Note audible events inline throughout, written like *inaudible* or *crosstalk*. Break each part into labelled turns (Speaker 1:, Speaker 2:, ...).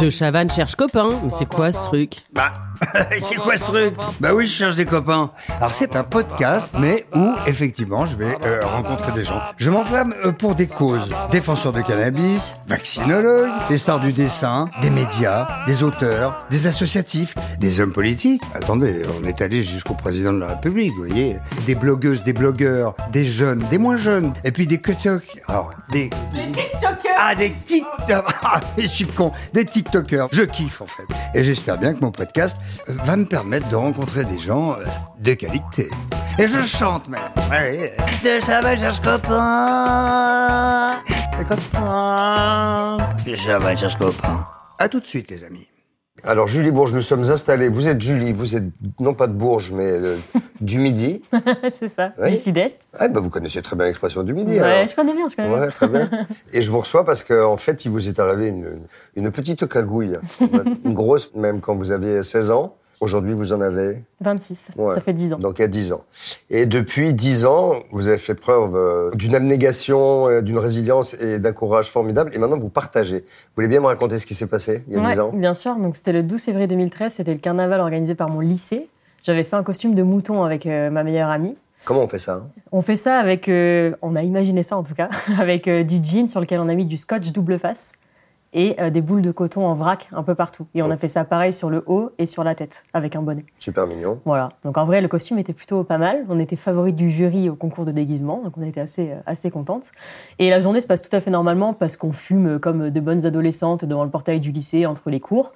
Speaker 1: De Chavannes cherche copain, mais c'est quoi ce truc
Speaker 2: *laughs* Bah, c'est quoi ce truc Bah oui, je cherche des copains. Alors c'est un podcast, mais où effectivement je vais euh, rencontrer des gens. Je m'enflamme euh, pour des causes. Défenseurs de cannabis, vaccinologues, des stars du dessin, des médias, des auteurs, des associatifs, des hommes politiques. Attendez, on est allé jusqu'au président de la République, vous voyez. Des blogueuses, des blogueurs, des jeunes, des moins jeunes, et puis des TikTok. Alors, des... Ah, des TikTok *laughs* Ah, je suis con Des TikTokers Je kiffe, en fait. Et j'espère bien que mon podcast euh, va me permettre de rencontrer des gens euh, de qualité. Et je chante, même Ouais, euh, De Chavannes cherche copain Des copains De Chavannes cherche copain À tout de suite, les amis.
Speaker 3: Alors Julie Bourges, nous sommes installés. Vous êtes Julie, vous êtes non pas de Bourges, mais
Speaker 4: *laughs*
Speaker 3: euh, du Midi.
Speaker 4: c'est ça,
Speaker 3: Oui.
Speaker 4: du sud-est.
Speaker 3: Ah, bah, vous connaissez très bien l'expression du Midi.
Speaker 4: Ouais,
Speaker 3: alors.
Speaker 4: je connais bien, je connais bien.
Speaker 3: Ouais, très
Speaker 4: *laughs*
Speaker 3: bien. Et je vous reçois parce qu'en en fait, il vous est arrivé une, une petite
Speaker 4: *laughs*
Speaker 3: cagouille, une grosse même quand vous aviez 16 ans. Aujourd'hui, vous en avez
Speaker 4: 26,
Speaker 3: Ouais.
Speaker 4: ça fait 10 ans.
Speaker 3: Donc il y a 10 ans. Et depuis 10 ans, vous avez fait preuve euh, d'une abnégation, euh, d'une résilience et d'un courage formidable. Et maintenant, vous partagez. Vous voulez bien me raconter ce qui s'est passé il y a
Speaker 4: Ouais,
Speaker 3: 10 ans
Speaker 4: bien sûr. Donc c'était le 12 février 2013, c'était le carnaval organisé par mon lycée. J'avais fait un costume de mouton avec euh, ma meilleure amie.
Speaker 3: Comment on fait ça hein
Speaker 4: On fait ça avec, euh, on a imaginé ça en tout cas, *laughs* avec euh, du jean sur lequel on a mis du scotch double face et euh, des boules de coton en vrac un peu partout. Et
Speaker 3: Oh.
Speaker 4: on a fait ça pareil sur le haut et sur la tête avec un bonnet.
Speaker 3: Super mignon.
Speaker 4: Voilà. Donc en vrai, le costume était plutôt pas mal. On était favori du jury au concours de déguisement, donc on était assez, euh, assez contente. Et la journée se passe tout à fait normalement parce qu'on fume comme de bonnes adolescentes devant le portail du lycée entre les cours.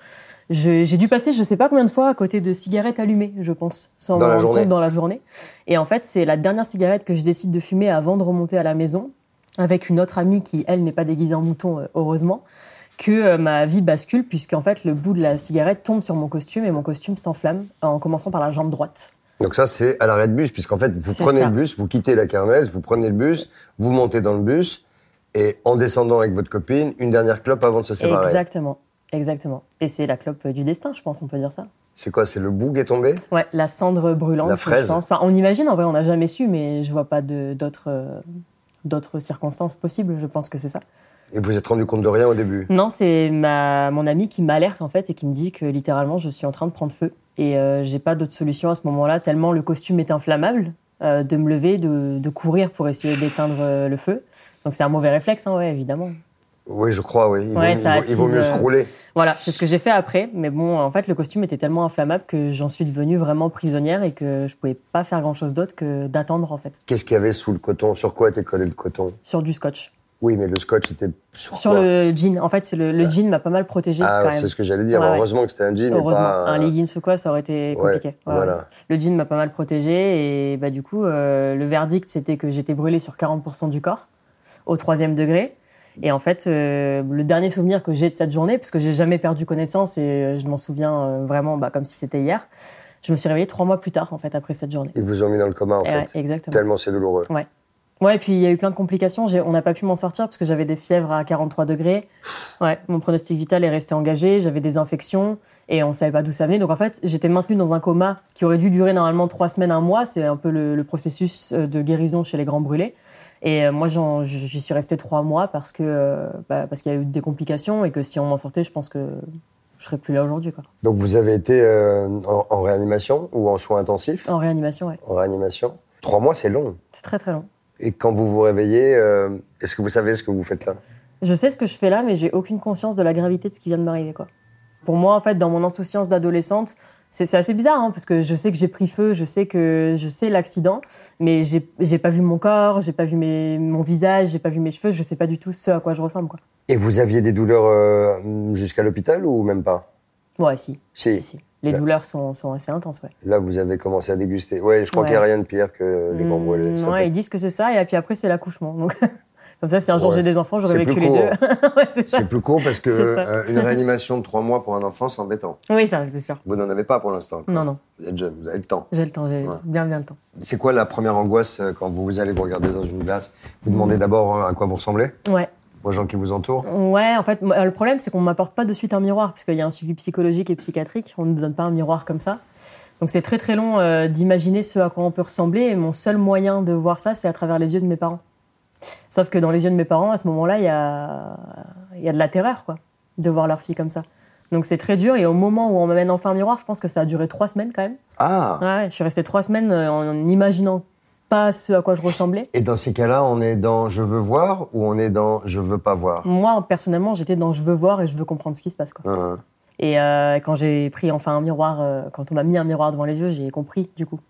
Speaker 4: Je- J'ai dû passer, je sais pas combien de fois, à côté de cigarettes allumées, je pense, sans
Speaker 3: Dans
Speaker 4: m'en
Speaker 3: la
Speaker 4: rendre
Speaker 3: journée.
Speaker 4: compte dans la journée. Et en fait, c'est la dernière cigarette que je décide de fumer avant de remonter à la maison, avec une autre amie qui, elle, n'est pas déguisée en mouton, euh, heureusement, que euh, ma vie bascule, puisqu'en fait, le bout de la cigarette tombe sur mon costume et mon costume s'enflamme, euh, en commençant par la jambe droite.
Speaker 3: Donc ça, c'est à l'arrêt de bus, puisqu'en fait, vous
Speaker 4: C'est
Speaker 3: prenez
Speaker 4: ça.
Speaker 3: le bus, vous quittez la kermesse, vous prenez le bus, vous montez dans le bus, et en descendant avec votre copine, une dernière clope avant de se séparer.
Speaker 4: Exactement, exactement. Et c'est la clope du destin, je pense, on peut dire ça.
Speaker 3: C'est quoi C'est le bout qui est tombé
Speaker 4: Ouais, la cendre brûlante,
Speaker 3: La fraise.
Speaker 4: je pense. Enfin, on imagine, en vrai, on n'a jamais su, mais je vois pas de- d'autres euh, d'autres circonstances possibles, je pense que c'est ça.
Speaker 3: Et vous vous êtes rendu compte de rien au début
Speaker 4: Non, c'est ma mon ami qui m'alerte en fait et qui me dit que littéralement je suis en train de prendre feu et euh, j'ai pas d'autre solution à ce moment-là tellement le costume est inflammable euh, de me lever de, de courir pour essayer d'éteindre euh, le feu. Donc c'est un mauvais réflexe hein, ouais, évidemment.
Speaker 3: Oui, je crois, oui. Il,
Speaker 4: Ouais,
Speaker 3: vaut,
Speaker 4: ça
Speaker 3: il vaut- il vaut
Speaker 4: attise,
Speaker 3: mieux se
Speaker 4: euh,
Speaker 3: rouler.
Speaker 4: Voilà, c'est ce que j'ai fait après. Mais bon, en fait, le costume était tellement inflammable que j'en suis devenue vraiment prisonnière et que je pouvais pas faire grand chose d'autre que d'attendre, en fait,
Speaker 3: Qu'est-ce qu'il y avait sous le coton Sur quoi était collé le coton
Speaker 4: sur du scotch.
Speaker 3: Oui, mais le scotch était sur,
Speaker 4: Sur
Speaker 3: quoi
Speaker 4: le jean. En fait, c'est le, le jean m'a pas mal protégée
Speaker 3: Ah,
Speaker 4: quand
Speaker 3: c'est
Speaker 4: même.
Speaker 3: ce que j'allais dire.
Speaker 4: Ouais, ouais.
Speaker 3: Heureusement que c'était un jean et
Speaker 4: Heureusement,
Speaker 3: pas
Speaker 4: un leggings ou quoi, ça aurait été compliqué.
Speaker 3: Ouais,
Speaker 4: Ouais, ouais.
Speaker 3: voilà.
Speaker 4: Le jean m'a pas mal protégée et bah, du coup, euh, le verdict, c'était que j'étais brûlée sur 40% du corps, au troisième degré. Et en fait, euh, le dernier souvenir que j'ai de cette journée, parce que j'ai jamais perdu connaissance et euh, je m'en souviens euh, vraiment bah, comme si c'était hier, je me suis réveillée trois mois plus tard, en fait, après cette journée.
Speaker 3: Ils vous ont mis dans le coma, en
Speaker 4: Et Eh ouais,
Speaker 3: fait.
Speaker 4: exactement.
Speaker 3: Tellement c'est douloureux.
Speaker 4: Ouais, et puis il y a eu plein de complications. J'ai- On n'a pas pu m'en sortir parce que j'avais des fièvres à 43 degrés. Ouais, mon pronostic vital est resté engagé. J'avais des infections et on savait pas d'où ça venait. Donc en fait, j'étais maintenue dans un coma qui aurait dû durer normalement trois semaines, un mois. C'est un peu le, le processus euh, de guérison chez les grands brûlés. Et euh, moi, j'en- j'y suis restée trois mois parce que euh, bah, parce qu'il y a eu des complications et que si on m'en sortait, je pense que je serais plus là aujourd'hui, quoi.
Speaker 3: Donc vous avez été euh, en, en réanimation ou en soins intensifs
Speaker 4: En réanimation, ouais.
Speaker 3: En réanimation. Trois mois, c'est long.
Speaker 4: C'est très très long.
Speaker 3: Et quand vous vous réveillez, euh, est-ce que vous savez ce que vous faites là
Speaker 4: Je sais ce que je fais là, mais j'ai aucune conscience de la gravité de ce qui vient de m'arriver, quoi. Pour moi, en fait, dans mon insouciance d'adolescente, c'est c'est assez bizarre, hein, parce que je sais que j'ai pris feu, je sais que je sais l'accident, mais j'ai j'ai pas vu mon corps, j'ai pas vu mes, mon visage, j'ai pas vu mes cheveux, je sais pas du tout ce à quoi je ressemble, quoi.
Speaker 3: Et vous aviez des douleurs euh, jusqu'à l'hôpital ou même pas
Speaker 4: Ouais, si.
Speaker 2: Si.
Speaker 4: Les
Speaker 2: Là.
Speaker 4: douleurs sont, sont assez intenses, ouais.
Speaker 2: Là, vous avez commencé à déguster. Ouais, je crois
Speaker 4: Ouais. Mm,
Speaker 2: qu'il n'y a rien de pire que les gants brûlés. Ça
Speaker 4: Mmh, ouais,
Speaker 2: fait-
Speaker 4: ils disent que c'est ça, et puis après, c'est l'accouchement. Donc, *laughs* comme ça, si un jour
Speaker 2: Ouais.
Speaker 4: j'ai des enfants, j'aurais
Speaker 2: C'est plus
Speaker 4: vécu les
Speaker 2: court.
Speaker 4: deux. *laughs* Ouais, c'est ça.
Speaker 2: C'est plus court parce que
Speaker 4: C'est ça.
Speaker 2: euh, *laughs* une réanimation de trois mois pour un enfant, c'est embêtant.
Speaker 4: Oui, ça, c'est sûr.
Speaker 2: Vous n'en avez pas pour l'instant. encore.
Speaker 4: Non, non,
Speaker 2: Vous êtes jeune, vous avez le temps.
Speaker 4: j'ai le temps, j'ai
Speaker 2: Ouais.
Speaker 4: bien, bien le temps.
Speaker 2: C'est quoi la première angoisse euh, quand vous allez vous regarder dans une glace Vous demandez d'abord euh, à quoi vous ressemblez,
Speaker 4: Ouais.
Speaker 2: aux gens qui vous entourent.
Speaker 4: Ouais, en fait, moi, le problème, c'est qu'on m'apporte pas de suite un miroir, parce qu'il y a un suivi psychologique et psychiatrique, on ne nous donne pas un miroir comme ça. Donc c'est très très long euh, d'imaginer ce à quoi on peut ressembler, et mon seul moyen de voir ça, c'est à travers les yeux de mes parents. Sauf que dans les yeux de mes parents, à ce moment-là, il y a... il y a de la terreur, quoi, de voir leur fille comme ça. Donc c'est très dur, et au moment où on m'amène enfin un miroir, je pense que ça a duré trois semaines quand même.
Speaker 2: Ah
Speaker 4: Ouais, je suis restée trois semaines euh, en imaginant pas ce à quoi je ressemblais.
Speaker 2: Et dans ces cas-là, on est dans je veux voir ou on est dans je veux pas voir
Speaker 4: Moi, personnellement, j'étais dans je veux voir et je veux comprendre ce qui se passe, quoi.
Speaker 2: Hein, hein.
Speaker 4: Et euh, quand j'ai pris enfin un miroir, euh, quand on m'a mis un miroir devant les yeux, j'ai compris du coup.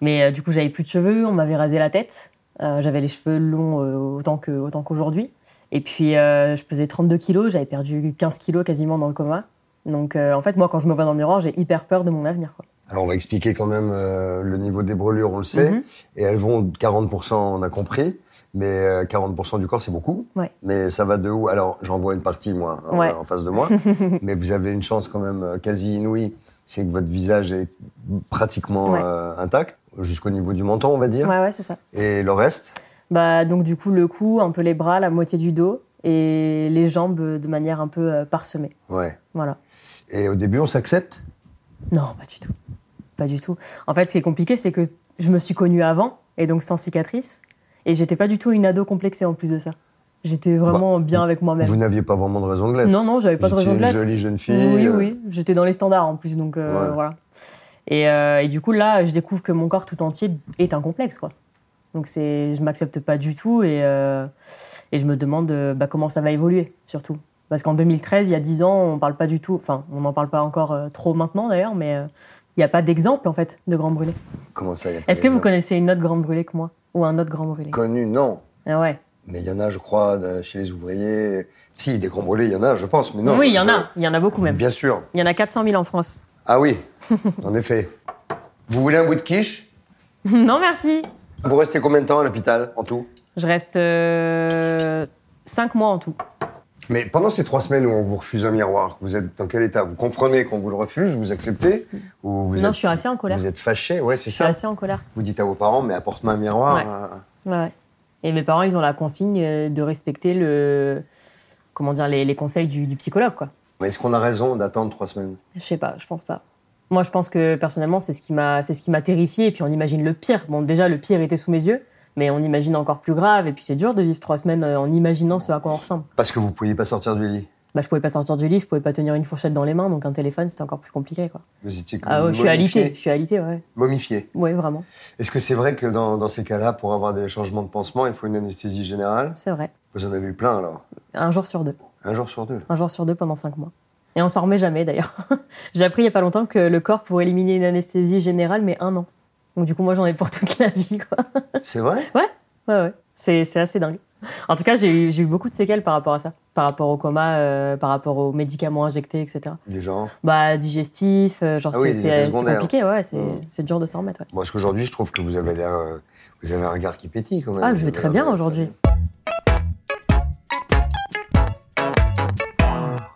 Speaker 4: Mais euh, du coup, j'avais plus de cheveux, on m'avait rasé la tête, euh, j'avais les cheveux longs euh, autant que autant qu'aujourd'hui. Et puis euh, je pesais 32 kilos, j'avais perdu 15 kilos quasiment dans le coma. Donc euh, en fait, moi, quand je me vois dans le miroir, j'ai hyper peur de mon avenir. Quoi.
Speaker 2: Alors, on va expliquer quand même euh, le niveau des brûlures, on le sait.
Speaker 4: Mhm.
Speaker 2: Et elles vont de 40%, on a compris. Mais euh, 40% du corps, c'est beaucoup.
Speaker 4: Ouais.
Speaker 2: Mais ça va de où Alors, j'en vois une partie, moi, hein,
Speaker 4: Ouais.
Speaker 2: en face de
Speaker 4: *laughs*
Speaker 2: moi. mais vous avez une chance quand même euh, quasi inouïe. C'est que votre visage est pratiquement
Speaker 4: Ouais.
Speaker 2: euh, intact, jusqu'au niveau du menton, on va dire.
Speaker 4: Ouais, ouais, c'est ça.
Speaker 2: Et le reste
Speaker 4: Bah donc du coup, le cou, un peu les bras, la moitié du dos et les jambes euh, de manière un peu euh, parsemée.
Speaker 2: Ouais.
Speaker 4: Voilà.
Speaker 2: Et au début, on s'accepte
Speaker 4: Non, pas du tout. Pas du tout. En fait, ce qui est compliqué, c'est que je me suis connue avant, et donc sans cicatrice, et j'étais pas du tout une ado complexée en plus de ça. J'étais vraiment bien avec
Speaker 2: Vous
Speaker 4: moi-même.
Speaker 2: n'aviez pas vraiment de raison de l'être.
Speaker 4: Non, non, j'avais pas de
Speaker 2: Vous étiez
Speaker 4: raison de
Speaker 2: une
Speaker 4: l'être.
Speaker 2: jolie jeune fille.
Speaker 4: Oui,
Speaker 2: euh,
Speaker 4: oui, j'étais dans les standards en plus, donc euh,
Speaker 2: Ouais.
Speaker 4: voilà. Et, euh, et du coup, là, je découvre que mon corps tout entier est un complexe, quoi. Donc c'est, je m'accepte pas du tout et, euh, et je me demande euh, bah, comment ça va évoluer, surtout. Parce qu'en 2013, il y a 10 ans, on parle pas du tout, enfin, on n'en parle pas encore euh, trop maintenant d'ailleurs, mais euh, il n'y a pas d'exemple, en fait, de grand brûlé.
Speaker 2: euh, Comment ça y a pas
Speaker 4: Est-ce que vous
Speaker 2: d'exemple
Speaker 4: connaissez une autre grande brûlée que moi Ou un autre grand brûlé
Speaker 2: Connu, non.
Speaker 4: Ah ouais.
Speaker 2: Mais il y en a, je crois, de- chez les ouvriers. Si, des grands brûlés, il y en a, je pense, mais non.
Speaker 4: oui,
Speaker 2: je-
Speaker 4: il y en
Speaker 2: je-
Speaker 4: a, il y en a beaucoup même.
Speaker 2: Bien sûr.
Speaker 4: Il y en a 400 000 en France. *laughs*
Speaker 2: Ah oui, en effet. Vous voulez un bout de quiche
Speaker 4: non, merci
Speaker 2: Vous restez combien de temps à l'hôpital, en tout
Speaker 4: Je reste 5 mois en tout.
Speaker 2: Mais pendant ces trois semaines où on vous refuse un miroir, vous êtes dans quel état Vous comprenez qu'on vous le refuse Vous acceptez ou vous
Speaker 4: non,
Speaker 2: êtes,
Speaker 4: je suis assez en colère.
Speaker 2: Vous êtes fâché, ouais, c'est
Speaker 4: Je suis
Speaker 2: ça.
Speaker 4: assez en colère.
Speaker 2: Vous dites à vos parents, mais apporte-moi un miroir.
Speaker 4: Ouais.
Speaker 2: euh,
Speaker 4: Ouais, ouais. Et mes parents, ils ont la consigne euh, de respecter le, comment dire, les, les conseils du, du psychologue, quoi.
Speaker 2: Mais est-ce qu'on a raison d'attendre trois semaines
Speaker 4: Je sais pas, je pense pas. Moi, je pense que personnellement, c'est ce qui m'a, c'est ce qui m'a terrifié. Et puis, on imagine le pire. Bon, déjà, le pire était sous mes yeux, mais on imagine encore plus grave. Et puis, c'est dur de vivre trois semaines euh, en imaginant ce à quoi on ressemble.
Speaker 2: Parce que vous ne pouviez pas sortir du lit.
Speaker 4: Bah, je pouvais pas sortir du lit, je pouvais pas tenir une fourchette dans les mains, donc un téléphone, c'était encore plus compliqué, quoi.
Speaker 2: Vous étiez
Speaker 4: Ah, ouais, je suis
Speaker 2: momifié.
Speaker 4: alitée, je suis alitée, ouais.
Speaker 2: Momifié.
Speaker 4: Ouais, vraiment,
Speaker 2: Est-ce que c'est vrai que dans, dans ces cas-là, pour avoir des changements de pansement, il faut une anesthésie générale
Speaker 4: c'est vrai.
Speaker 2: Vous en avez eu plein alors
Speaker 4: Un jour sur deux.
Speaker 2: Un jour sur
Speaker 4: *laughs*
Speaker 2: deux.
Speaker 4: un jour sur deux pendant cinq mois. Et on s'en remet jamais d'ailleurs. *laughs* J'ai appris il y a pas longtemps que le corps pouvait éliminer une anesthésie générale, mais un an. Donc du coup, moi j'en ai pour toute la vie, quoi. *laughs*
Speaker 2: C'est vrai
Speaker 4: Ouais, ouais. C'est, c'est assez dingue. En tout cas, j'ai eu, j'ai eu beaucoup de séquelles par rapport à ça. Par rapport au coma, euh, par rapport aux médicaments injectés, etc.
Speaker 2: Du genre.
Speaker 4: Bah, digestif, euh, genre
Speaker 2: Ah oui, les
Speaker 4: c'est, c'est-
Speaker 2: effets
Speaker 4: c'est
Speaker 2: secondaires.
Speaker 4: compliqué, ouais, c'est,
Speaker 2: Mm.
Speaker 4: c'est dur de s'en remettre. ouais.
Speaker 2: Moi, parce qu'aujourd'hui, je trouve que vous avez l'air. euh, vous avez un regard qui pétille quand même.
Speaker 4: Ah, je
Speaker 2: Vous
Speaker 4: vais
Speaker 2: avez
Speaker 4: très
Speaker 2: l'air
Speaker 4: bien
Speaker 2: de-
Speaker 4: aujourd'hui.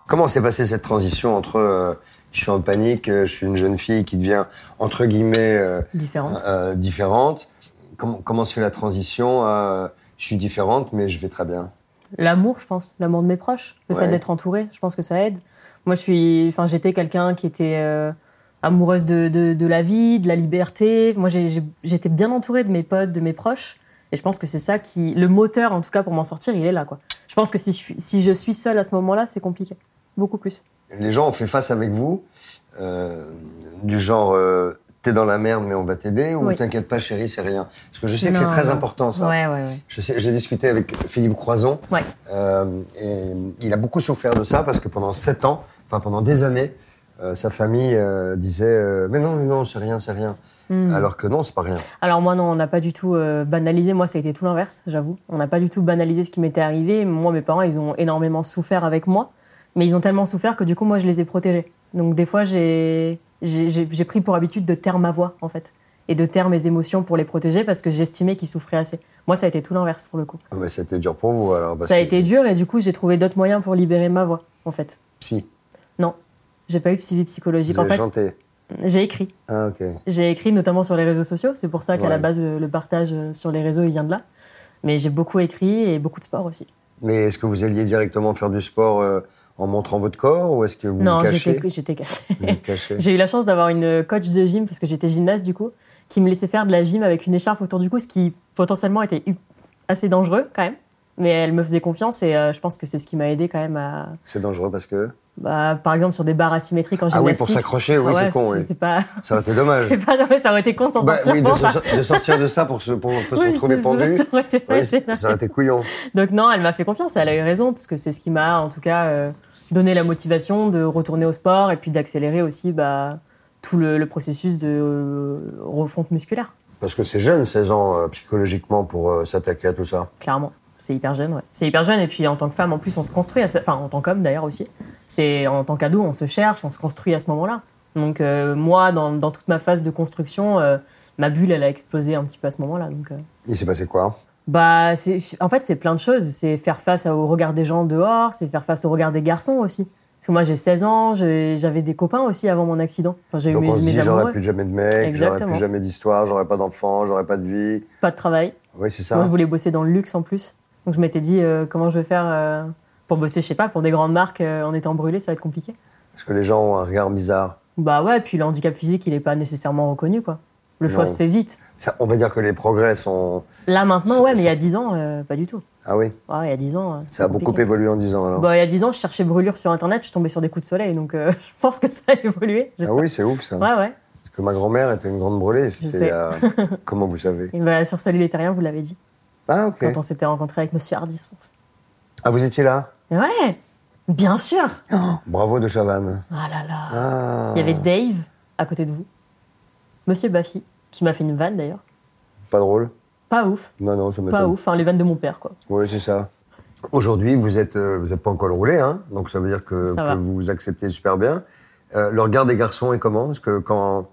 Speaker 2: Comment s'est passée cette transition entre euh, je suis en panique, euh, je suis une jeune fille qui devient, entre guillemets, euh,
Speaker 4: Différente.
Speaker 2: euh, différente comment, comment se fait la transition à euh, je suis différente, mais je vais très bien
Speaker 4: L'amour, je pense, l'amour de mes proches, le
Speaker 2: Ouais.
Speaker 4: fait d'être entourée, je pense que ça aide. Moi, je suis, enfin, j'étais quelqu'un qui était euh, amoureuse de, de, de la vie, de la liberté. Moi, j'ai- j'ai- j'étais bien entourée de mes potes, de mes proches, et je pense que c'est ça qui, le moteur, en tout cas, pour m'en sortir, il est là, quoi. Je pense que si je suis, si je suis seule à ce moment-là, c'est compliqué, beaucoup plus.
Speaker 2: Les gens ont fait face avec vous, euh, du genre euh, t'es dans la merde, mais on va t'aider, ou
Speaker 4: Oui.
Speaker 2: t'inquiète pas, chérie, c'est rien. Parce que je sais que c'est
Speaker 4: Non,
Speaker 2: très
Speaker 4: non.
Speaker 2: important ça.
Speaker 4: Ouais, ouais, ouais.
Speaker 2: Je sais- J'ai discuté avec Philippe Croison.
Speaker 4: Ouais.
Speaker 2: Euh, et il a beaucoup souffert de ça parce que pendant sept ans, enfin pendant des années, euh, sa famille euh, disait euh, mais non mais non c'est rien c'est rien
Speaker 4: Mm.
Speaker 2: alors que non c'est pas rien
Speaker 4: Alors moi non, on n'a pas du tout euh, banalisé. Moi, ça a été tout l'inverse, j'avoue. On n'a pas du tout banalisé ce qui m'était arrivé. Moi, mes parents, ils ont énormément souffert avec moi, mais ils ont tellement souffert que du coup, moi, je les ai protégés. Donc des fois, j'ai j'ai- j'ai j'ai pris pour habitude de taire ma voix, en fait, et de taire mes émotions pour les protéger parce que j'estimais qu'ils souffraient assez. Moi, ça a été tout l'inverse pour le coup.
Speaker 2: Mais c'était dur pour vous alors. parce
Speaker 4: ça a
Speaker 2: que-
Speaker 4: été dur et du coup, j'ai trouvé d'autres moyens pour libérer ma voix, en fait.
Speaker 2: Si,
Speaker 4: Non, j'ai pas eu de suivi
Speaker 2: vous
Speaker 4: psychologique. En
Speaker 2: avez
Speaker 4: fait,
Speaker 2: chanté.
Speaker 4: j'ai écrit.
Speaker 2: Ah, ok.
Speaker 4: J'ai écrit notamment sur les réseaux sociaux, c'est pour ça qu'à
Speaker 2: Ouais.
Speaker 4: la base, le le partage euh, sur les réseaux, il vient de là. Mais j'ai beaucoup écrit et beaucoup de sport aussi.
Speaker 2: Mais est-ce que vous alliez directement faire du sport euh, en montrant votre corps ou est-ce que vous
Speaker 4: non,
Speaker 2: vous cachez
Speaker 4: j'étais j'étais cachée.
Speaker 2: Vous êtes caché.
Speaker 4: *laughs* J'ai eu la chance d'avoir une coach de gym, parce que j'étais gymnaste du coup, qui me laissait faire de la gym avec une écharpe autour du cou, ce qui potentiellement était hu- assez dangereux quand même. Mais elle me faisait confiance et euh, je pense que c'est ce qui m'a aidé quand même à.
Speaker 2: C'est dangereux parce que
Speaker 4: bah, par exemple, sur des barres asymétriques en
Speaker 2: Ah oui,
Speaker 4: gymnastique.
Speaker 2: pour s'accrocher, oui,
Speaker 4: Ah ouais,
Speaker 2: c'est con, oui.
Speaker 4: C'est pas. *laughs*
Speaker 2: ça aurait été dommage.
Speaker 4: c'est pas ouais, ça aurait été con sans
Speaker 2: Bah
Speaker 4: sortir
Speaker 2: oui, de,
Speaker 4: pour
Speaker 2: se-
Speaker 4: ça.
Speaker 2: de sortir de ça pour se, pour, pour se
Speaker 4: Oui,
Speaker 2: retrouver
Speaker 4: ça-
Speaker 2: pendu,
Speaker 4: ça aurait été pas
Speaker 2: ouais,
Speaker 4: gênant.
Speaker 2: ça aurait été couillon.
Speaker 4: Donc non, elle m'a fait confiance, et elle a eu raison, parce que c'est ce qui m'a en tout cas euh, donné la motivation de retourner au sport et puis d'accélérer aussi bah, tout le, le processus de euh, refonte musculaire,
Speaker 2: Parce que c'est jeune, 16 ans, euh, psychologiquement, pour euh, s'attaquer à tout ça.
Speaker 4: clairement. C'est hyper jeune, ouais. C'est hyper jeune, et puis en tant que femme, en plus, on se construit, à ce- enfin en tant qu'homme d'ailleurs aussi, c'est en tant qu'ado, on se cherche, on se construit à ce moment-là. Donc euh, moi, dans, dans toute ma phase de construction, euh, ma bulle, elle a explosé un petit peu à ce moment-là. Donc, euh,
Speaker 2: Il s'est passé quoi
Speaker 4: Bah, c'est- en fait, c'est plein de choses. C'est faire face au regard des gens dehors, c'est faire face au regard des garçons aussi. Parce que moi, j'ai 16 ans, j'ai- j'avais des copains aussi avant mon accident. Enfin, j'ai eu
Speaker 2: Donc
Speaker 4: mes,
Speaker 2: on se
Speaker 4: mes
Speaker 2: dit, j'aurai
Speaker 4: amoureux.
Speaker 2: plus jamais de mec, j'aurai
Speaker 4: Exactement.
Speaker 2: plus jamais d'histoire, j'aurai pas d'enfant, j'aurai pas de vie.
Speaker 4: Pas de travail.
Speaker 2: Oui, c'est ça.
Speaker 4: Moi, je voulais bosser dans le luxe en plus. Donc, je m'étais dit, euh, comment je vais faire euh, pour bosser, je sais pas, pour des grandes marques euh, en étant brûlé, ça va être compliqué.
Speaker 2: Parce que les gens ont un regard bizarre.
Speaker 4: Bah ouais, puis le handicap physique, il est pas nécessairement reconnu, quoi. Le choix
Speaker 2: Non.
Speaker 4: se fait vite.
Speaker 2: Ça, on va dire que les progrès sont...
Speaker 4: Là, maintenant,
Speaker 2: Ça-
Speaker 4: ouais, mais il y
Speaker 2: ça-
Speaker 4: a 10 ans, euh, pas du tout.
Speaker 2: Ah oui,
Speaker 4: Ouais, il y a 10 ans. euh,
Speaker 2: ça a
Speaker 4: c'est
Speaker 2: beaucoup
Speaker 4: compliqué.
Speaker 2: évolué en 10 ans alors.
Speaker 4: Bah, il y a 10 ans, je cherchais brûlure sur internet, je tombais sur des coups de soleil, donc euh, *laughs* je pense que ça a évolué.
Speaker 2: ah
Speaker 4: j'espère.
Speaker 2: oui, c'est ouf ça.
Speaker 4: Ouais, ouais.
Speaker 2: Parce que ma grand-mère était une grande brûlée.
Speaker 4: sais.
Speaker 2: C'était,
Speaker 4: *laughs*
Speaker 2: euh, comment vous savez
Speaker 4: Et bah, sur Salut les Terriens, vous l'avez dit,
Speaker 2: Ah ok.
Speaker 4: quand on s'était rencontré avec Monsieur Hardisson.
Speaker 2: Ah vous étiez là
Speaker 4: Ouais, bien sûr.
Speaker 2: Bravo de Chavannes.
Speaker 4: Ah là là.
Speaker 2: Ah.
Speaker 4: Il y avait Dave à côté de vous, Monsieur Baffy, qui m'a fait une vanne d'ailleurs.
Speaker 2: Pas drôle
Speaker 4: Pas ouf,
Speaker 2: Non, non, ça m'étonne
Speaker 4: pas ouf. Enfin, les vannes de mon père, quoi.
Speaker 2: Oui, c'est ça. Aujourd'hui, vous êtes, euh, vous êtes pas en col roulé, hein, donc ça veut dire que,
Speaker 4: Ça
Speaker 2: que
Speaker 4: va.
Speaker 2: vous acceptez super bien. Euh, le regard des garçons est comment Est-ce que quand,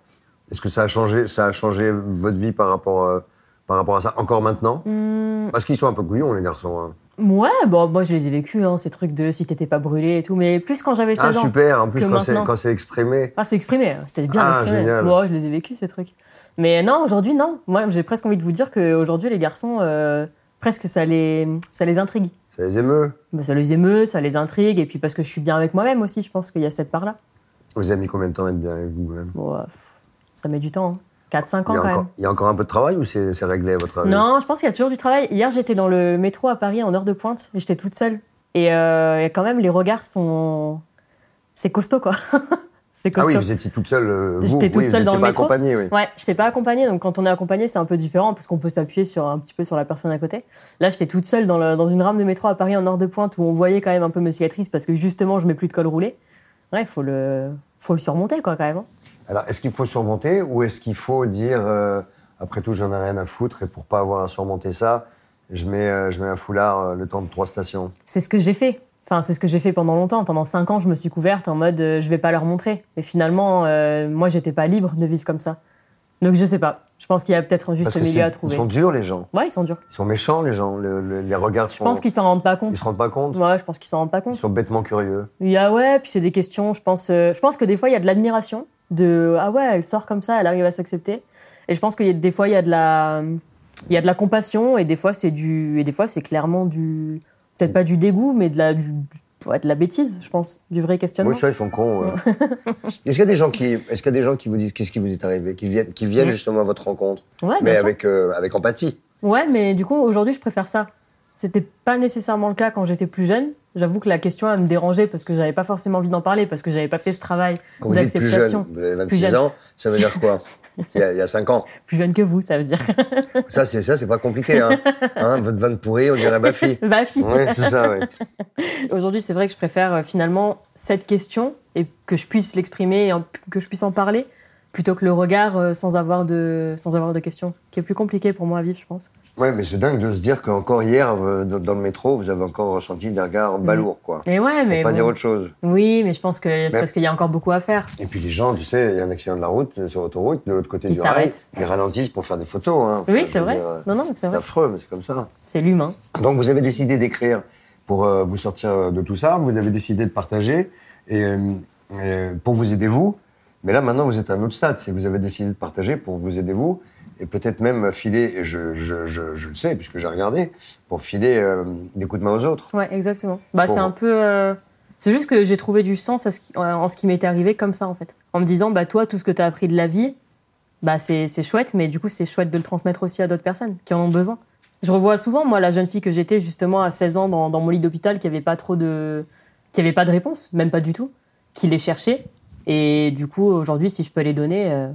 Speaker 2: est-ce que ça a changé, ça a changé votre vie par rapport, euh, par rapport à ça encore maintenant
Speaker 4: Hmm.
Speaker 2: Parce qu'ils sont un peu couillons les garçons. hein.
Speaker 4: Ouais, bon, moi je les ai vécus, hein, ces trucs de si t'étais pas brûlé et tout, mais plus quand j'avais 16
Speaker 2: Ah
Speaker 4: ans.
Speaker 2: super En plus
Speaker 4: que
Speaker 2: quand c'est,
Speaker 4: maintenant.
Speaker 2: quand c'est exprimé,
Speaker 4: Ah, c'est exprimé, hein. c'était bien
Speaker 2: Ah,
Speaker 4: exprimé.
Speaker 2: génial.
Speaker 4: Moi, je les ai vécus, ces trucs. Mais non, aujourd'hui, non. Moi, j'ai presque envie de vous dire qu'aujourd'hui, les garçons, euh, presque ça les, ça les intrigue.
Speaker 2: ça les émeut.
Speaker 4: Bah, ça les émeut, ça les intrigue, et puis parce que je suis bien avec moi-même aussi, je pense qu'il y a cette part-là.
Speaker 2: Vous avez mis combien de temps à être bien avec vous-même
Speaker 4: Bon, euh, pff, ça met du temps, hein. 4-5 ans
Speaker 2: il y, a
Speaker 4: quand
Speaker 2: encore, Ah
Speaker 4: même.
Speaker 2: il y a encore un peu de travail ou c'est, c'est réglé à votre avis
Speaker 4: Non, je pense qu'il y a toujours du travail. Hier, j'étais dans le métro à Paris en heure de pointe, et j'étais toute seule. Et, euh, et quand même, les regards sont. C'est costaud, quoi. *laughs* c'est
Speaker 2: Ah
Speaker 4: costaud.
Speaker 2: oui, vous étiez toute seule, euh, vous,
Speaker 4: J'étais toute
Speaker 2: oui,
Speaker 4: seule
Speaker 2: vous
Speaker 4: dans
Speaker 2: étiez
Speaker 4: le
Speaker 2: pas
Speaker 4: métro.
Speaker 2: accompagnée, oui.
Speaker 4: Ouais, je t'ai pas accompagnée, donc quand on est accompagné, c'est un peu différent parce qu'on peut s'appuyer sur un petit peu sur la personne à côté. Là, j'étais toute seule dans, le- dans une rame de métro à Paris en heure de pointe où on voyait quand même un peu mes cicatrices parce que justement, je mets plus de col roulé. Ouais, faut le, faut le surmonter quoi quand même. hein.
Speaker 2: Alors, est-ce qu'il faut surmonter ou est-ce qu'il faut dire, euh, après tout, j'en ai rien à foutre et pour pas avoir à surmonter ça, je mets, euh, je mets un foulard euh, le temps de trois stations
Speaker 4: C'est ce que j'ai fait. Enfin, c'est ce que j'ai fait pendant longtemps. Pendant cinq ans, je me suis couverte en mode euh, je vais pas leur montrer. Mais finalement, euh, moi, j'étais pas libre de vivre comme ça. Donc je sais pas. Je pense qu'il y a peut-être un juste
Speaker 2: que
Speaker 4: milieu
Speaker 2: c'est-
Speaker 4: à
Speaker 2: ils
Speaker 4: trouver.
Speaker 2: sont durs, les gens.
Speaker 4: Ouais, ils sont durs.
Speaker 2: Ils sont méchants, les gens. Le- le- les regards
Speaker 4: Je
Speaker 2: sont.
Speaker 4: pense qu'ils s'en rendent pas compte.
Speaker 2: Oh. Ils se rendent pas compte.
Speaker 4: Ouais, je pense qu'ils s'en rendent pas compte.
Speaker 2: Ils sont bêtement curieux.
Speaker 4: Oui, ah ouais, puis c'est des questions, je pense, euh, je pense que des fois, il y a de l'admiration, de ah ouais, elle sort comme ça, elle arrive à s'accepter. Et je pense que des fois, il y a de la, il y a de la compassion, et des fois, c'est du, et des fois, c'est clairement du, peut-être pas du dégoût, mais de la, du, ouais, de la bêtise, je pense, du vrai questionnement.
Speaker 2: Moi, ça, ils sont cons. ouais.
Speaker 4: *laughs*
Speaker 2: est-ce qu'il y a des gens qui, est-ce qu'il y a des gens qui vous disent qu'est-ce qui vous est arrivé, qui viennent, qui viennent
Speaker 4: Mm.
Speaker 2: justement à votre rencontre,
Speaker 4: Ouais, bien
Speaker 2: mais
Speaker 4: sûr.
Speaker 2: avec, euh, avec empathie.
Speaker 4: Ouais, mais du coup, aujourd'hui, je préfère ça. C'était pas nécessairement le cas quand j'étais plus jeune. J'avoue que la question, elle me dérangeait parce que j'avais pas forcément envie d'en parler, parce que j'avais pas fait ce travail
Speaker 2: Quand vous dites plus jeune,
Speaker 4: d'acceptation.
Speaker 2: vous avez
Speaker 4: Plus
Speaker 2: 26
Speaker 4: jeune.
Speaker 2: ans, ça veut dire
Speaker 4: *laughs*
Speaker 2: quoi Il y a- il y a 5 ans.
Speaker 4: Plus jeune que vous, ça veut dire. *laughs*
Speaker 2: Ça, c'est ça, c'est pas compliqué. Hein. Hein, votre vanne pourrie, on dirait ma
Speaker 4: *laughs*
Speaker 2: fille.
Speaker 4: Ma fille.
Speaker 2: Oui, c'est ça, oui.
Speaker 4: Aujourd'hui, c'est vrai que je préfère euh, finalement cette question et que je puisse l'exprimer et en- que je puisse en parler plutôt que le regard euh, sans avoir de sans avoir de questions, qui est plus compliqué pour moi à vivre, je pense.
Speaker 2: Ouais, mais c'est dingue de se dire qu'encore hier, euh, dans dans le métro, vous avez encore ressenti des regards balourds, quoi.
Speaker 4: Mm. Et ouais, mais
Speaker 2: Pour pas
Speaker 4: bon.
Speaker 2: dire autre chose.
Speaker 4: oui, mais je pense que c'est
Speaker 2: Mais-
Speaker 4: parce qu'il y a encore beaucoup à faire.
Speaker 2: Et puis les gens, tu sais, il y a un accident de la route, euh, sur l'autoroute, de l'autre côté
Speaker 4: Ils
Speaker 2: du rail,
Speaker 4: s'arrêtent.
Speaker 2: ils ralentissent pour faire des photos. hein. Enfin,
Speaker 4: Oui,
Speaker 2: je
Speaker 4: c'est
Speaker 2: veux
Speaker 4: vrai.
Speaker 2: dire, euh,
Speaker 4: Non, non, c'est
Speaker 2: C'est
Speaker 4: vrai.
Speaker 2: affreux, mais c'est comme ça.
Speaker 4: C'est l'humain.
Speaker 2: Donc vous avez décidé d'écrire pour euh, vous sortir euh, de tout ça, vous avez décidé de partager et, euh, euh, pour vous aider vous. Mais là maintenant vous êtes à un autre stade, c'est que vous avez décidé de partager pour vous aider vous et peut-être même filer, et je, je, je, je le sais puisque j'ai regardé, pour filer euh, des coups de main aux autres.
Speaker 4: Ouais, exactement. Bah,
Speaker 2: Bon.
Speaker 4: c'est un peu. euh, C'est juste que j'ai trouvé du sens à ce qui- en ce qui m'était arrivé comme ça, en fait. En me disant, bah, toi, tout ce que t'as appris de la vie, bah, c'est c'est chouette, mais du coup, c'est chouette de le transmettre aussi à d'autres personnes qui en ont besoin. Je revois souvent, moi, la jeune fille que j'étais justement à 16 ans dans, dans mon lit d'hôpital qui avait pas trop de. qui avait pas de réponse, même pas du tout, qui les cherchait. Et du coup, aujourd'hui, si je peux les donner, euh,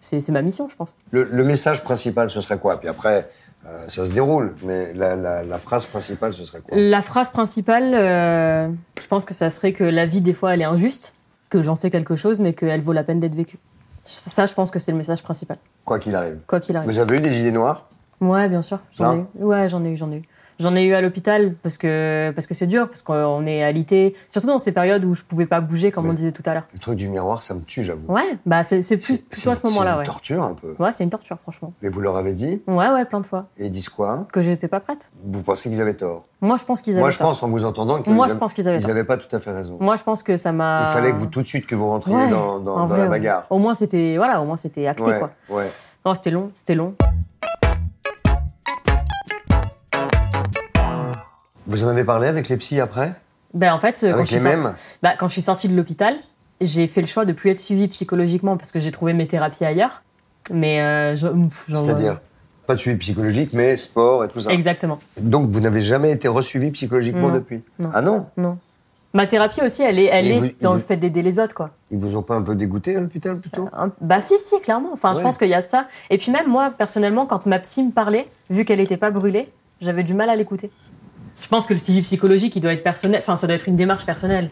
Speaker 4: c'est c'est ma mission, je pense.
Speaker 2: Le, le message principal ce serait quoi Puis après euh, ça se déroule, mais la, la, la phrase principale ce serait quoi
Speaker 4: La phrase principale, euh, je pense que ça serait que la vie, des fois, elle est injuste, que j'en sais quelque chose, mais qu'elle vaut la peine d'être vécue. Ça, je pense que c'est le message principal,
Speaker 2: Quoi qu'il arrive.
Speaker 4: quoi qu'il arrive.
Speaker 2: Vous avez eu des idées noires
Speaker 4: Ouais, bien sûr, j'en ai
Speaker 2: Non.
Speaker 4: eu. Ouais, j'en ai eu, j'en ai eu. J'en ai eu à l'hôpital parce que parce que c'est dur, parce qu'on est alité, surtout dans ces périodes où je pouvais pas bouger, comme
Speaker 2: Oui.
Speaker 4: on disait tout à l'heure.
Speaker 2: Le truc du miroir ça me tue j'avoue.
Speaker 4: Ouais, bah c'est c'est plus
Speaker 2: C'est
Speaker 4: plutôt à
Speaker 2: c'est-
Speaker 4: ce moment-là,
Speaker 2: c'est
Speaker 4: ouais.
Speaker 2: une torture un peu.
Speaker 4: Ouais, c'est une torture, franchement.
Speaker 2: Mais vous leur avez dit
Speaker 4: Ouais, ouais, plein de fois
Speaker 2: et ils disent quoi
Speaker 4: que j'étais pas prête.
Speaker 2: Vous pensez qu'ils avaient tort
Speaker 4: Moi, je pense qu'ils avaient.
Speaker 2: Moi, je
Speaker 4: tort.
Speaker 2: pense, en vous entendant, qu'ils
Speaker 4: Moi, je
Speaker 2: avaient-
Speaker 4: pense qu'ils avaient
Speaker 2: ils
Speaker 4: tort.
Speaker 2: n'avaient pas tout à fait raison.
Speaker 4: Moi, je pense que ça m'a.
Speaker 2: Il fallait que vous tout de suite que vous rentriez
Speaker 4: Euh, Ouais,
Speaker 2: dans, dans-
Speaker 4: en
Speaker 2: dans
Speaker 4: vrai,
Speaker 2: la
Speaker 4: ouais.
Speaker 2: bagarre.
Speaker 4: Au moins, c'était voilà, au moins c'était acté
Speaker 2: Ouais,
Speaker 4: quoi.
Speaker 2: ouais.
Speaker 4: Non, c'était long, c'était long.
Speaker 2: Vous en avez parlé avec les psys après
Speaker 4: Ben, en fait, quand
Speaker 2: Avec
Speaker 4: je, suis
Speaker 2: les
Speaker 4: sorti-
Speaker 2: mêmes
Speaker 4: bah, quand je suis sortie de l'hôpital, j'ai fait le choix de plus être suivie psychologiquement parce que j'ai trouvé mes thérapies ailleurs. Mais euh, je- pff, j'en-
Speaker 2: C'est-à-dire Ah. Pas de suivi psychologique, mais sport et tout ça.
Speaker 4: Exactement.
Speaker 2: Donc, vous n'avez jamais été resuivi psychologiquement
Speaker 4: Non,
Speaker 2: depuis
Speaker 4: non.
Speaker 2: Ah non
Speaker 4: Ma thérapie aussi, elle est, elle
Speaker 2: Et
Speaker 4: est
Speaker 2: vous-
Speaker 4: dans
Speaker 2: vous-
Speaker 4: le fait d'aider les autres, quoi.
Speaker 2: Ils vous ont pas un peu dégoûté à l'hôpital plutôt
Speaker 4: Un- Bah si, si, clairement. Enfin,
Speaker 2: Ouais.
Speaker 4: je pense qu'il y a ça. Et puis même moi, personnellement, quand ma psy me parlait, vu qu'elle n'était pas brûlée, j'avais du mal à l'écouter. Je pense que le suivi psychologique, il doit être personnel. Enfin, ça doit être une démarche personnelle.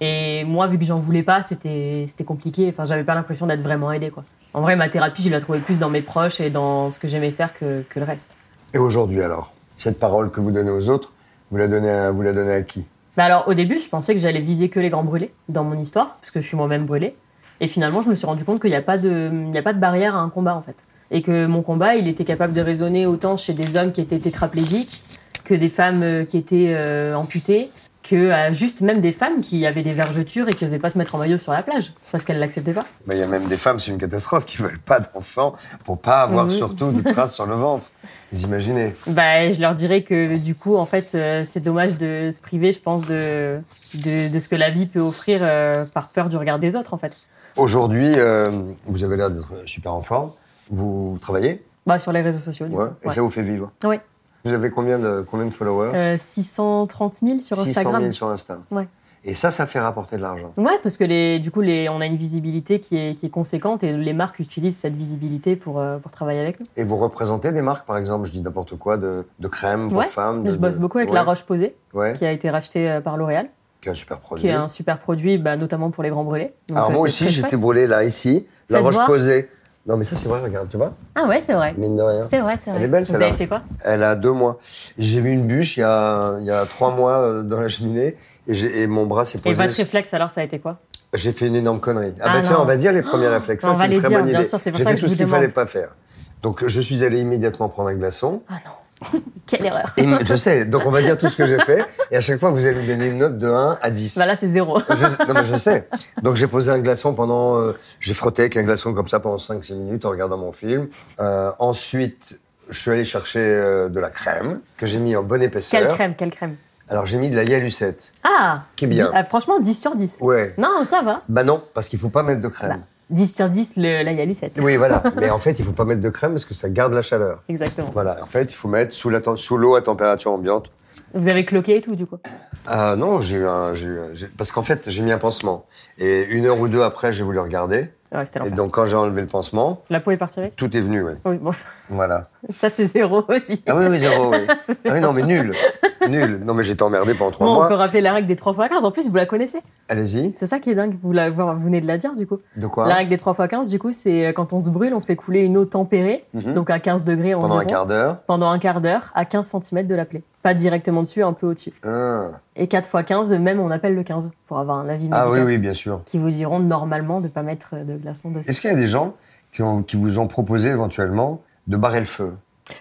Speaker 4: Et moi, vu que j'en voulais pas, c'était c'était compliqué. Enfin, j'avais pas l'impression d'être vraiment aidée, quoi. En vrai, ma thérapie, je la trouvais plus dans mes proches et dans ce que j'aimais faire que, que le reste.
Speaker 2: Et aujourd'hui alors Cette parole que vous donnez aux autres, vous la donnez à, vous la donnez à qui
Speaker 4: Bah alors, au début, je pensais que j'allais viser que les grands brûlés dans mon histoire, parce que je suis moi-même brûlée. Et finalement, je me suis rendu compte qu'il n'y a, pas de- il n'y a pas de barrière à un combat, en fait. Et que mon combat, il était capable de résonner autant chez des hommes qui étaient tétraplégiques, que des femmes euh, qui étaient euh, amputées, que à juste même des femmes qui avaient des vergetures et qui n'osaient pas se mettre en maillot sur la plage, parce qu'elles ne l'acceptaient pas.
Speaker 2: Ben, Il y a même des femmes, c'est une catastrophe, qui veulent pas d'enfants pour pas avoir surtout de traces sur le ventre. Vous imaginez
Speaker 4: Bah, je leur dirais que du coup, en fait, euh, c'est dommage de se priver, je pense, de, de, de ce que la vie peut offrir euh, par peur du regard des autres, en fait.
Speaker 2: Aujourd'hui, euh, vous avez l'air d'être super en forme. Vous travaillez
Speaker 4: Bah, sur les réseaux sociaux. du
Speaker 2: ouais.
Speaker 4: coup.
Speaker 2: Et
Speaker 4: Ouais.
Speaker 2: ça vous fait vivre
Speaker 4: Ouais.
Speaker 2: Vous avez combien de, combien de followers
Speaker 4: Euh, 630 000 sur
Speaker 2: 600
Speaker 4: Instagram.
Speaker 2: 000 sur Insta.
Speaker 4: Ouais.
Speaker 2: Et ça, ça fait rapporter de l'argent.
Speaker 4: Ouais, parce que les, du coup, les, on a une visibilité qui est, qui est conséquente et les marques utilisent cette visibilité pour, euh, pour travailler avec nous.
Speaker 2: Et vous représentez des marques, par exemple, je dis n'importe quoi, de, de crème pour
Speaker 4: Ouais,
Speaker 2: femmes de-
Speaker 4: je bosse
Speaker 2: de-
Speaker 4: beaucoup avec
Speaker 2: ouais,
Speaker 4: La Roche Posay,
Speaker 2: Ouais,
Speaker 4: qui a été rachetée euh, par L'Oréal,
Speaker 2: qui est un super produit.
Speaker 4: qui est un super produit, bah, notamment pour les grands brûlés. Donc,
Speaker 2: Alors
Speaker 4: euh,
Speaker 2: Ah, moi
Speaker 4: c'est
Speaker 2: aussi,
Speaker 4: très
Speaker 2: j'étais
Speaker 4: chouette.
Speaker 2: brûlé là, ici. La
Speaker 4: Faites
Speaker 2: Roche
Speaker 4: voir.
Speaker 2: posée. Non, mais ça, c'est vrai, regarde, tu vois
Speaker 4: Ah ouais, c'est vrai.
Speaker 2: Mine de rien.
Speaker 4: C'est vrai, c'est vrai.
Speaker 2: Elle est belle,
Speaker 4: Vous
Speaker 2: celle-là.
Speaker 4: avez fait quoi
Speaker 2: Elle a deux mois. J'ai vu une bûche il y a, il y a trois mois euh, dans la cheminée et, j'ai- et mon bras s'est
Speaker 4: Et
Speaker 2: posé.
Speaker 4: votre réflexe, alors, ça a été quoi
Speaker 2: J'ai fait une énorme connerie. Ah,
Speaker 4: Ah
Speaker 2: bah tiens,
Speaker 4: non. Oh,
Speaker 2: on va dire les premiers réflexes.
Speaker 4: on
Speaker 2: Ça,
Speaker 4: va
Speaker 2: c'est une
Speaker 4: les
Speaker 2: très
Speaker 4: dire,
Speaker 2: bonne
Speaker 4: bien
Speaker 2: idée.
Speaker 4: sûr, c'est pour
Speaker 2: J'ai
Speaker 4: ça
Speaker 2: fait
Speaker 4: que
Speaker 2: tout
Speaker 4: je
Speaker 2: ce
Speaker 4: vous
Speaker 2: qu'il fallait
Speaker 4: demande.
Speaker 2: pas faire. Donc je suis allé immédiatement prendre un glaçon.
Speaker 4: Ah non,
Speaker 2: *laughs*
Speaker 4: quelle erreur. *laughs*
Speaker 2: Et je sais, donc on va dire tout ce que j'ai fait. Et à chaque fois, vous allez me donner une note de 1 à 10.
Speaker 4: Bah là, c'est zéro.
Speaker 2: Je- non, mais je sais. Donc, j'ai posé un glaçon pendant. euh, j'ai frotté avec un glaçon comme ça pendant 5-6 minutes en regardant mon film. Euh, ensuite, je suis allé chercher euh, de la crème que j'ai mis en bonne épaisseur.
Speaker 4: *laughs* Quelle crème, quelle crème.
Speaker 2: Alors, j'ai mis de la Yalucette.
Speaker 4: Ah
Speaker 2: Qui est bien.
Speaker 4: Dix- ah, Franchement, 10 sur 10.
Speaker 2: Ouais.
Speaker 4: Non, ça va.
Speaker 2: Bah non, parce qu'il faut pas mettre de crème.
Speaker 4: 10 sur 10, le, là, il y a lui 7.
Speaker 2: Oui, voilà. Mais en fait, il faut pas mettre de crème parce que ça garde la chaleur.
Speaker 4: Exactement.
Speaker 2: Voilà. En fait, il faut mettre sous la tem- sous l'eau à température ambiante.
Speaker 4: Vous avez cloqué et tout, du coup.
Speaker 2: Ah non, j'ai eu un, j'ai eu un- j'ai- parce qu'en fait, j'ai mis un pansement. Et une heure ou deux après, j'ai voulu regarder.
Speaker 4: Ah Ouais, c'était
Speaker 2: Et
Speaker 4: l'enfer.
Speaker 2: donc, quand j'ai enlevé le pansement,
Speaker 4: La peau est partie avec
Speaker 2: tout est venu, oui.
Speaker 4: Oui, bon, *laughs*
Speaker 2: Voilà.
Speaker 4: ça c'est zéro aussi. *laughs*
Speaker 2: Ah oui, oui, zéro, oui. Ah oui, non, mais nul. Nul. Non, mais j'ai été emmerdé pendant Ah trois
Speaker 4: Bon, on peut
Speaker 2: mois.
Speaker 4: rappeler la règle des 3 fois 15. En plus, vous la connaissez.
Speaker 2: Allez-y.
Speaker 4: C'est ça qui est dingue. Vous, la, vous venez de la dire, du coup.
Speaker 2: De quoi
Speaker 4: La règle des 3 fois 15, du coup, c'est euh, quand on se brûle, on fait couler une eau tempérée,
Speaker 2: Mhm.
Speaker 4: donc à 15 degrés
Speaker 2: Pendant
Speaker 4: environ,
Speaker 2: un quart d'heure.
Speaker 4: pendant un quart d'heure, à 15 cm de la plaie. Pas directement dessus, un peu au-dessus.
Speaker 2: Ah.
Speaker 4: Et 4 fois 15, même on appelle le 15 pour avoir un avis
Speaker 2: Ah oui,
Speaker 4: médical,
Speaker 2: oui, bien sûr.
Speaker 4: qui vous diront normalement de pas mettre euh, de glaçons dessus.
Speaker 2: Est-ce qu'il y a des gens qui, ont- qui vous ont proposé éventuellement de barrer le feu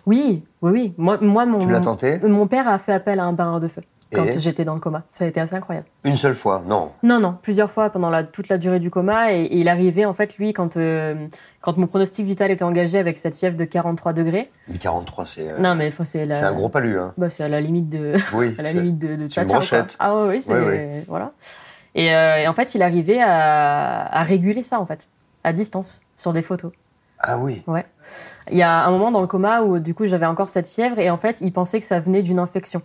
Speaker 4: Oui, oui, oui. Moi, moi mon,
Speaker 2: Tu l'as tenté
Speaker 4: mon père a fait appel à un barreur de feu quand
Speaker 2: Et
Speaker 4: j'étais dans le coma. Ça a été assez incroyable.
Speaker 2: Une seule fois Non.
Speaker 4: Non, non, plusieurs fois pendant la, toute la durée du coma. Et, et il arrivait, en fait, lui, quand, euh, quand mon pronostic vital était engagé avec cette fièvre de 43 degrés.
Speaker 2: Mais 43, c'est euh,
Speaker 4: Non, mais enfin, c'est la-
Speaker 2: c'est un gros palu. Hein.
Speaker 4: Bah, c'est à la limite de.
Speaker 2: Oui.
Speaker 4: *laughs* à la
Speaker 2: c'est-
Speaker 4: limite de, de
Speaker 2: c'est une
Speaker 4: Tatiana,
Speaker 2: brochette.
Speaker 4: quoi. Ah ouais, oui, c'est.
Speaker 2: Ouais,
Speaker 4: Voilà. Et, euh, et en fait, il arrivait à, à réguler ça, en fait, à distance, sur des photos.
Speaker 2: Ah oui.
Speaker 4: Ouais. Il y a un moment dans le coma où, du coup, j'avais encore cette fièvre et en fait, il pensait que ça venait d'une infection.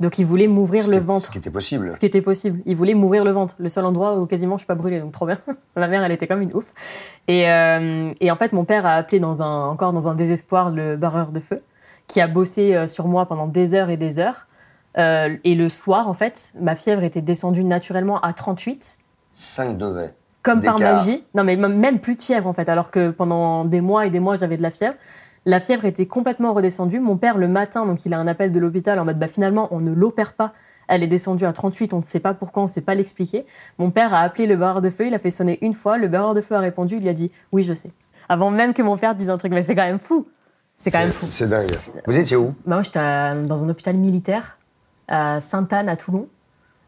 Speaker 4: Donc, il voulait m'ouvrir
Speaker 2: Ce
Speaker 4: le
Speaker 2: qui- Ce
Speaker 4: ventre.
Speaker 2: qui était possible.
Speaker 4: Ce qui était possible. Il voulait m'ouvrir le ventre, le seul endroit où quasiment je suis pas brûlée, donc trop bien. *laughs* Ma mère, elle était comme une ouf. Et, euh, et en fait, mon père a appelé dans un, encore dans un désespoir le barreur de feu, qui a bossé euh, sur moi pendant des heures et des heures. Euh, et le soir, en fait, ma fièvre était descendue naturellement à 38,
Speaker 2: 5 degrés.
Speaker 4: comme par
Speaker 2: D'écart.
Speaker 4: magie. Non, mais même même plus de fièvre, en fait, alors que pendant des mois et des mois, j'avais de la fièvre. La fièvre était complètement redescendue. Mon père, le matin, donc il a un appel de l'hôpital en mode bah, finalement, on ne l'opère pas. Elle est descendue à 38, on ne sait pas pourquoi, on ne sait pas l'expliquer. Mon père a appelé le barreur de feu, il a fait sonner une fois, le barreur de feu a répondu, il lui a dit oui, je sais. Avant même que mon père dise un truc, mais c'est quand même fou. C'est quand même fou.
Speaker 2: C'est dingue. Vous étiez où
Speaker 4: Bah, moi, j'étais à- dans un hôpital militaire à Sainte-Anne, à Toulon.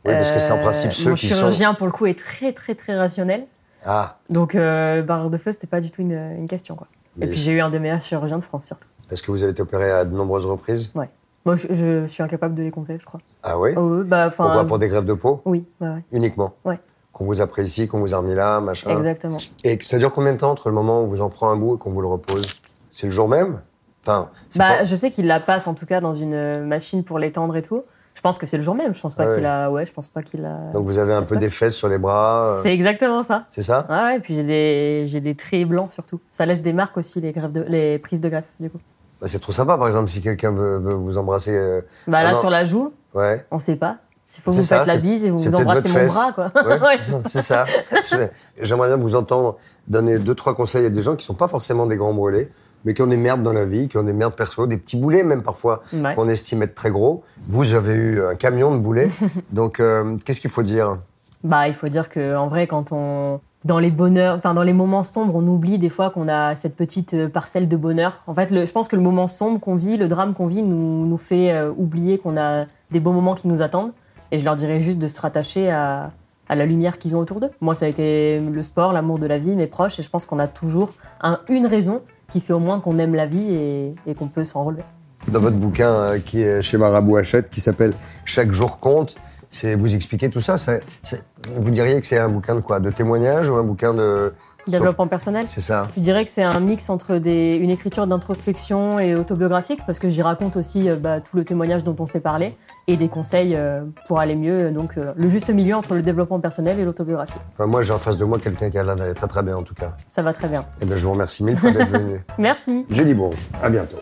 Speaker 2: Oui, parce que c'est en
Speaker 4: Euh,
Speaker 2: principe ceux
Speaker 4: mon
Speaker 2: qui sont.
Speaker 4: chirurgien, pour le coup, est très, très, très rationnel.
Speaker 2: Ah,
Speaker 4: Donc, euh, barreur de feu, c'était pas du tout une, une question, quoi.
Speaker 2: Mais-
Speaker 4: Et puis, j'ai eu un des meilleurs chirurgiens de France, surtout.
Speaker 2: parce que vous avez été opéré à de nombreuses reprises
Speaker 4: Ouais. Moi, je, je suis incapable de les compter, je crois.
Speaker 2: Ah oui
Speaker 4: Ah ouais, bah, enfin.
Speaker 2: Pourquoi Pour des grèves de peau
Speaker 4: Oui, ouais, ouais.
Speaker 2: Uniquement
Speaker 4: Ouais.
Speaker 2: Qu'on vous a pris ici, qu'on vous a remis là, machin.
Speaker 4: exactement.
Speaker 2: Et que ça dure combien de temps entre le moment où on vous en prend un bout et qu'on vous le repose C'est le jour même Enfin, c'est
Speaker 4: Bah,
Speaker 2: pas-
Speaker 4: je sais qu'il la passe en tout cas dans une euh, machine pour l'étendre et tout. Je pense que c'est le jour même. Je pense pas
Speaker 2: Ah ouais.
Speaker 4: qu'il a. Ouais, je pense pas qu'il a.
Speaker 2: Donc vous avez un
Speaker 4: c'est
Speaker 2: peu
Speaker 4: pas-
Speaker 2: des fesses sur les bras, euh,
Speaker 4: C'est exactement ça.
Speaker 2: c'est ça
Speaker 4: Ah ouais, et puis j'ai des, j'ai des traits blancs surtout. Ça laisse des marques aussi, les, greffes de, les prises de greffe, du coup.
Speaker 2: Bah, C'est trop sympa, par exemple, si quelqu'un veut, veut vous embrasser. euh,
Speaker 4: Bah
Speaker 2: Ah
Speaker 4: là,
Speaker 2: non.
Speaker 4: sur la joue,
Speaker 2: Ouais. *laughs*
Speaker 4: on sait pas. Il faut que
Speaker 2: C'est
Speaker 4: vous
Speaker 2: ça,
Speaker 4: faites la
Speaker 2: c'est-
Speaker 4: bise et vous,
Speaker 2: c'est
Speaker 4: vous
Speaker 2: peut-être
Speaker 4: embrassez
Speaker 2: votre
Speaker 4: mon
Speaker 2: fesse.
Speaker 4: bras, quoi.
Speaker 2: Ouais.
Speaker 4: Ouais, c'est ça.
Speaker 2: c'est ça. Je- J'aimerais bien vous entendre donner deux, trois conseils à des gens qui sont pas forcément des grands brûlés, mais qui ont des merdes dans la vie, qui ont des merdes perso, des petits boulets même parfois,
Speaker 4: *laughs* Ouais.
Speaker 2: qu'on estime être très gros. Vous avez eu un camion de
Speaker 4: *laughs*
Speaker 2: boulets. Donc, euh, qu'est-ce qu'il faut dire
Speaker 4: Bah, il faut dire que en vrai, quand on dans les bonheurs, enfin dans les moments sombres, on oublie des fois qu'on a cette petite euh, parcelle de bonheur. En fait, le- je pense que le moment sombre qu'on vit, le drame qu'on vit, nous, nous fait euh, oublier qu'on a des beaux moments qui nous attendent. Et je leur dirais juste de se rattacher à, à la lumière qu'ils ont autour d'eux. Moi, ça a été le sport, l'amour de la vie, mes proches, et je pense qu'on a toujours un- une raison qui fait au moins qu'on aime la vie et, et qu'on peut s'en relever.
Speaker 2: Dans votre bouquin euh, qui est chez Marabout Hachette, qui s'appelle Chaque jour compte, c'est vous expliquez tout ça. c'est- c'est- vous diriez que c'est un bouquin de quoi De témoignages ou un bouquin de
Speaker 4: Développement personnel.
Speaker 2: C'est ça.
Speaker 4: Je dirais que c'est un mix entre des- une écriture d'introspection et autobiographique, parce que j'y raconte aussi euh, bah, tout le témoignage dont on s'est parlé et des conseils euh, pour aller mieux. Donc, euh, le juste milieu entre le développement personnel et l'autobiographie.
Speaker 2: Enfin, moi, j'ai en face de moi quelqu'un qui a l'air d'aller *laughs* très très bien en tout cas.
Speaker 4: Ça va très bien.
Speaker 2: Eh ben, je vous remercie mille fois d'être venu.
Speaker 4: Merci!
Speaker 2: Julie Bourges, à bientôt.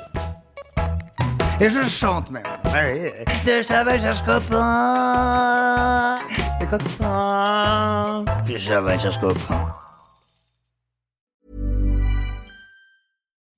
Speaker 3: Et je chante même. Ouais, De ça va, cherche copain. Des copains. De ça va, cherche copain.